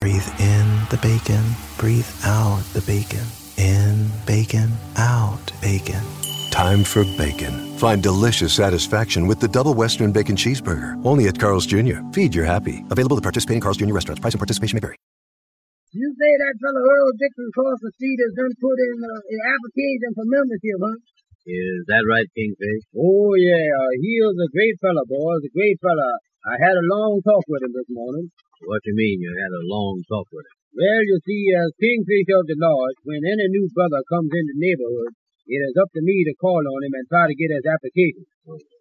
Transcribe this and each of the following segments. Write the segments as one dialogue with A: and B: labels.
A: Breathe in the bacon, breathe out the bacon. In bacon, out bacon. Time for bacon. Find delicious satisfaction with the double Western Bacon Cheeseburger. Only at Carl's Jr. Feed your happy. Available at participating Carl's Jr. restaurants. Price and participation may vary.
B: You say that fellow Earl Dixon across the street has done put in, uh, in application for membership, huh? Is that right, Kingfish? Oh, yeah. Uh, he is a great fella, boys. A great fella. I had a long talk with him this morning. What do you mean you had a long talk with him? Well, you see, as Kingfish of the Lodge, when any new brother comes in the neighborhood, it is up to me to call on him and try to get his application.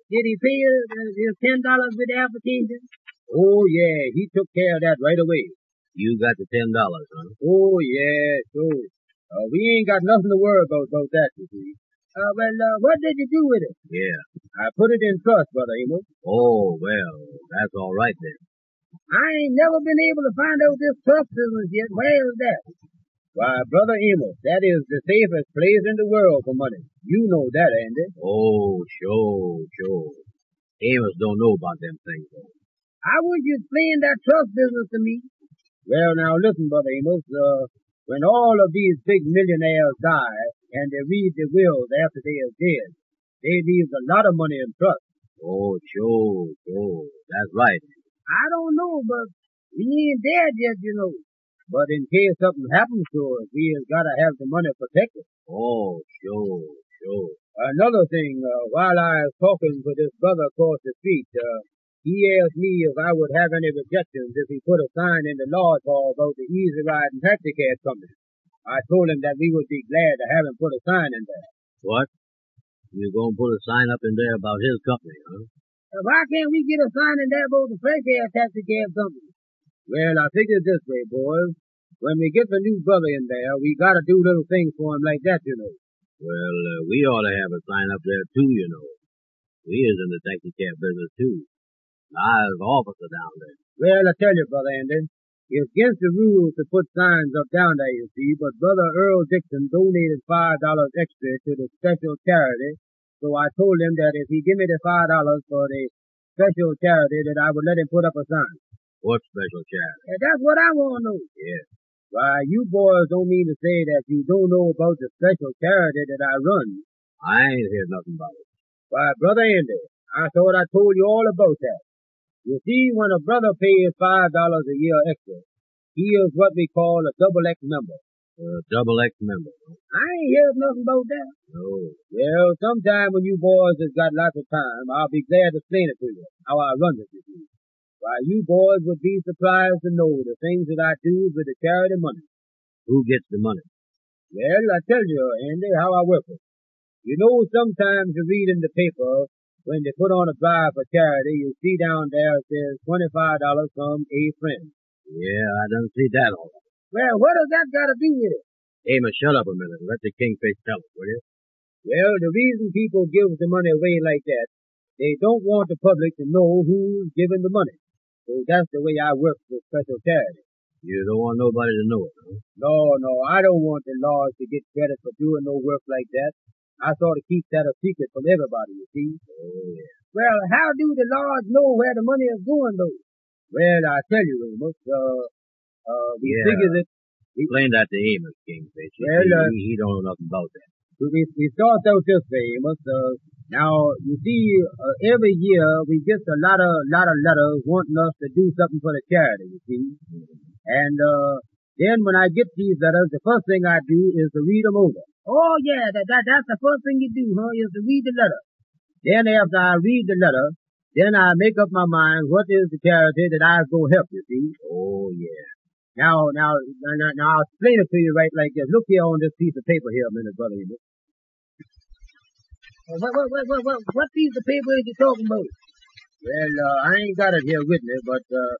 B: Did he pay his, his $10 with the application? Oh, yeah. He took care of that right away. You got the ten dollars, huh? Oh yeah, sure. Uh, we ain't got nothing to worry about about that, you see. Uh, well, uh, what did you do with it? Yeah, I put it in trust, brother Amos. Oh well, that's all right then. I ain't never been able to find out this trust business yet. Where is that? Why, brother Amos, that is the safest place in the world for money. You know that, Andy. Oh, sure, sure. Amos don't know about them things, though. I wish you'd explain that trust business to me. Well, now listen, Brother Amos. Uh, when all of these big millionaires die and they read their wills after they are dead, they leave a lot of money in trust. Oh, sure, sure. That's right. I don't know, but we ain't dead yet, you know. But in case something happens to us, we has got to have the money protected. Oh, sure, sure. Another thing, uh, while I was talking to this brother across the street, uh, he asked me if I would have any rejections if he put a sign in the lodge hall about the Easy Ride and Taxicab Company. I told him that we would be glad to have him put a sign in there. What? You're going to put a sign up in there about his company, huh? why can't we get a sign in there about the Fresh Air Taxicab Company? Well, I figured this way, boys. When we get the new brother in there, we gotta do little things for him like that, you know. Well, uh, we ought to have a sign up there too, you know. We is in the taxicab business too. I was officer down there. Well, I tell you, Brother Andy, it's against the rules to put signs up down there, you see, but Brother Earl Dixon donated $5 extra to the special charity, so I told him that if he give me the $5 for the special charity, that I would let him put up a sign. What special charity? that's what I want to know. Yeah. Why, you boys don't mean to say that you don't know about the special charity that I run. I ain't heard nothing about it. Why, Brother Andy, I thought I told you all about that. You see, when a brother pays five dollars a year extra, he is what we call a double X member. A double X member. I ain't heard nothing about that. No. Well, sometime when you boys has got lots of time, I'll be glad to explain it to you how I run this with you. Why, you boys would be surprised to know the things that I do with the charity money. Who gets the money? Well, I tell you, Andy, how I work it. You know, sometimes you read in the paper when they put on a drive for charity, you see down there it says twenty-five dollars from a friend. Yeah, I don't see that all right. Well, what does that got to do with it? Amos, shut up a minute and let the kingfish tell it, will you? Well, the reason people give the money away like that, they don't want the public to know who's giving the money. So that's the way I work with special charity. You don't want nobody to know it, huh? No, no, I don't want the laws to get credit for doing no work like that. I sort of keep that a secret from everybody, you see. Oh, yeah. Well, how do the laws know where the money is going, though? Well, I tell you, Amos, uh, uh, we
C: Yeah.
B: figure that... We,
C: Explain that to Amos, Kingfish.
B: Well,
C: he,
B: uh,
C: he, he don't know nothing about that.
B: we, we, we start out this way, Amos. Uh, now, you see, uh, every year we get a lot of, lot of letters wanting us to do something for the charity, you see. And, uh, then when I get these letters, the first thing I do is to read them over. Oh yeah, that, that that's the first thing you do, huh? Is to read the letter. Then after I read the letter, then I make up my mind what is the charity that I go help, you see? Oh yeah. Now, now, now, now, now I'll explain it to you right like this. Look here on this piece of paper here a minute, brother. Amos. Uh, What, what, what, what, what, what piece of paper is you talking about? Well, uh, I ain't got it here with me, but, uh,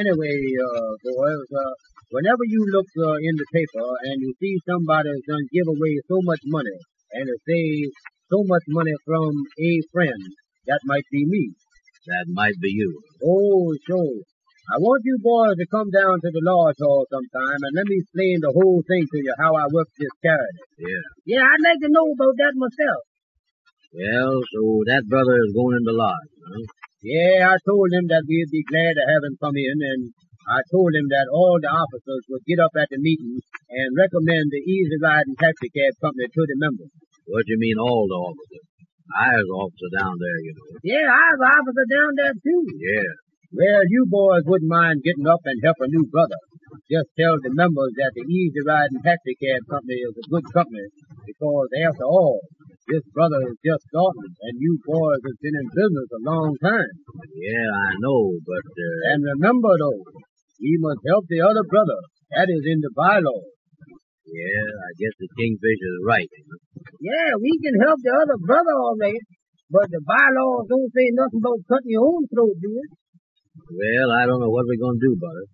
B: anyway, uh, boys, uh, Whenever you look uh, in the paper and you see somebody has done give away so much money and it says so much money from a friend, that might be me.
C: That might be you.
B: Oh, sure. I want you boys to come down to the lodge hall sometime and let me explain the whole thing to you, how I work this charity.
C: Yeah.
B: Yeah, I'd like to know about that myself.
C: Well, so that brother is going in the lodge, huh?
B: Yeah, I told him that we'd be glad to have him come in, and I told him that all the officers would get up at the meeting and recommend the Easy Riding Taxicab Company to the members.
C: What do you mean all the officers? I was officer down there, you know.
B: Yeah, I have an officer down there too.
C: Yeah.
B: Well, you boys wouldn't mind getting up and help a new brother. Just tell the members that the Easy Riding Taxicab Company is a good company because after all, this brother is just starting and you boys have been in business a long time.
C: Yeah, I know, but, uh,
B: And remember though, we must help the other brother. That is in the bylaw.
C: yeah, I guess the kingfish is right.
B: Yeah, we can help the other brother all right, but the bylaws don't say nothing about cutting your own throat, do it?
C: Well, I don't know what we're going to do about it.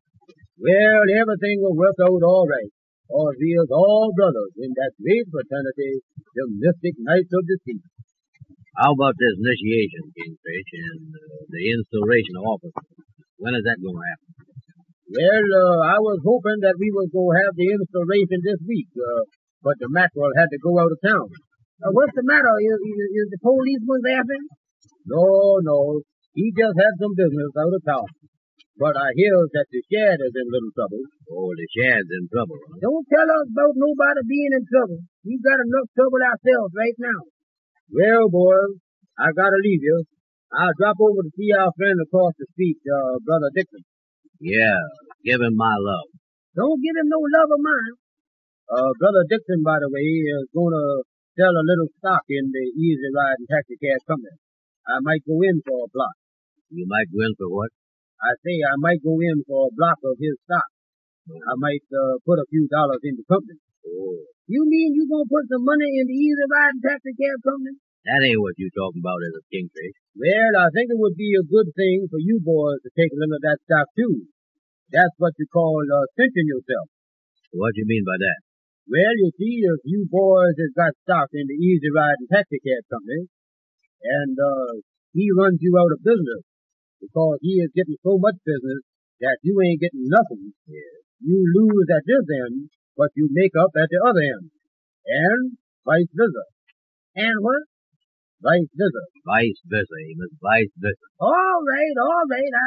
B: Well, everything will work out all right. Cause we is all brothers in that great fraternity, the mystic knights of the sea.
C: How about this initiation, kingfish, and uh, the installation of officers? When is that going to happen?
B: Well, uh, I was hoping that we was going to have the installation this week, uh, but the mackerel had to go out of town. Uh, what's the matter? Is, is, is the policeman after him? No, no. He just had some business out of town. But I hear that the shed is in little trouble.
C: Oh, the shad's in trouble, huh?
B: Don't tell us about nobody being in trouble. We got enough trouble ourselves right now. Well, boys, I gotta leave you. I'll drop over to see our friend across the street, uh, Brother Dixon.
C: Yeah, give him my love.
B: Don't give him no love of mine. Uh, Brother Dixon, by the way, is gonna sell a little stock in the Easy Ride and Taxicab Company. I might go in for a block.
C: You might go in for what?
B: I say I might go in for a block of his stock. I
C: Mm-hmm.
B: might, uh, put a few dollars in the company.
C: Oh,
B: You mean you gonna put some money in the Easy Ride and Taxicab Company?
C: that ain't what you talking about as a kingfish.
B: Well, I think it would be a good thing for you boys to take a little of that stock too. That's what you call uh, cinching yourself.
C: What do you mean by that?
B: Well, you see, if you boys has got stock in the Easy Ride and Taxicab Company, and uh, he runs you out of business because he is getting so much business that you ain't getting nothing. You lose at this end, but you make up at the other end, and vice versa. And what? Vice versa.
C: Vice versa, Amos. Vice versa.
B: All right, all right. I,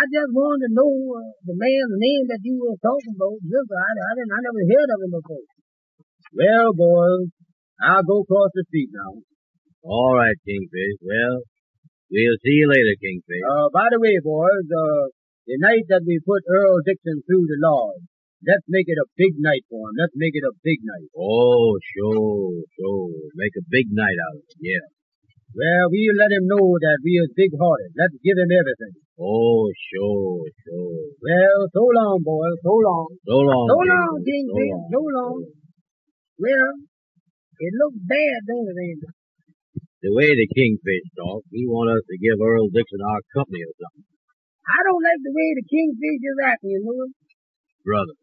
B: I just wanted to know uh, the man's name that you were talking about. Just, I, I didn't, I never heard of him before. Well, boys, I'll go across the street now.
C: All right, Kingfish. Well, we'll see you later, Kingfish.
B: Uh, by the way, boys, uh, the night that we put Earl Dixon through the lodge, let's make it a big night for him. Let's make it a big night.
C: Oh, sure, sure. Make a big night out of it. Yeah.
B: Well, we let him know that we is big-hearted. Let's give him everything.
C: Oh, sure, sure.
B: Well, so long, boys, so long.
C: So long.
B: So long,
C: Kingfish.
B: Kingfish. So long. Well, it looks bad, don't it, Andy?
C: The way the Kingfish talk, he want us to give Earl Dixon our company or something.
B: I don't like the way the kingfish is acting, you know.
C: Brother.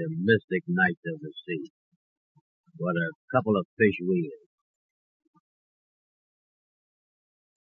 C: The mystic knights of the sea. What a couple of fish we is.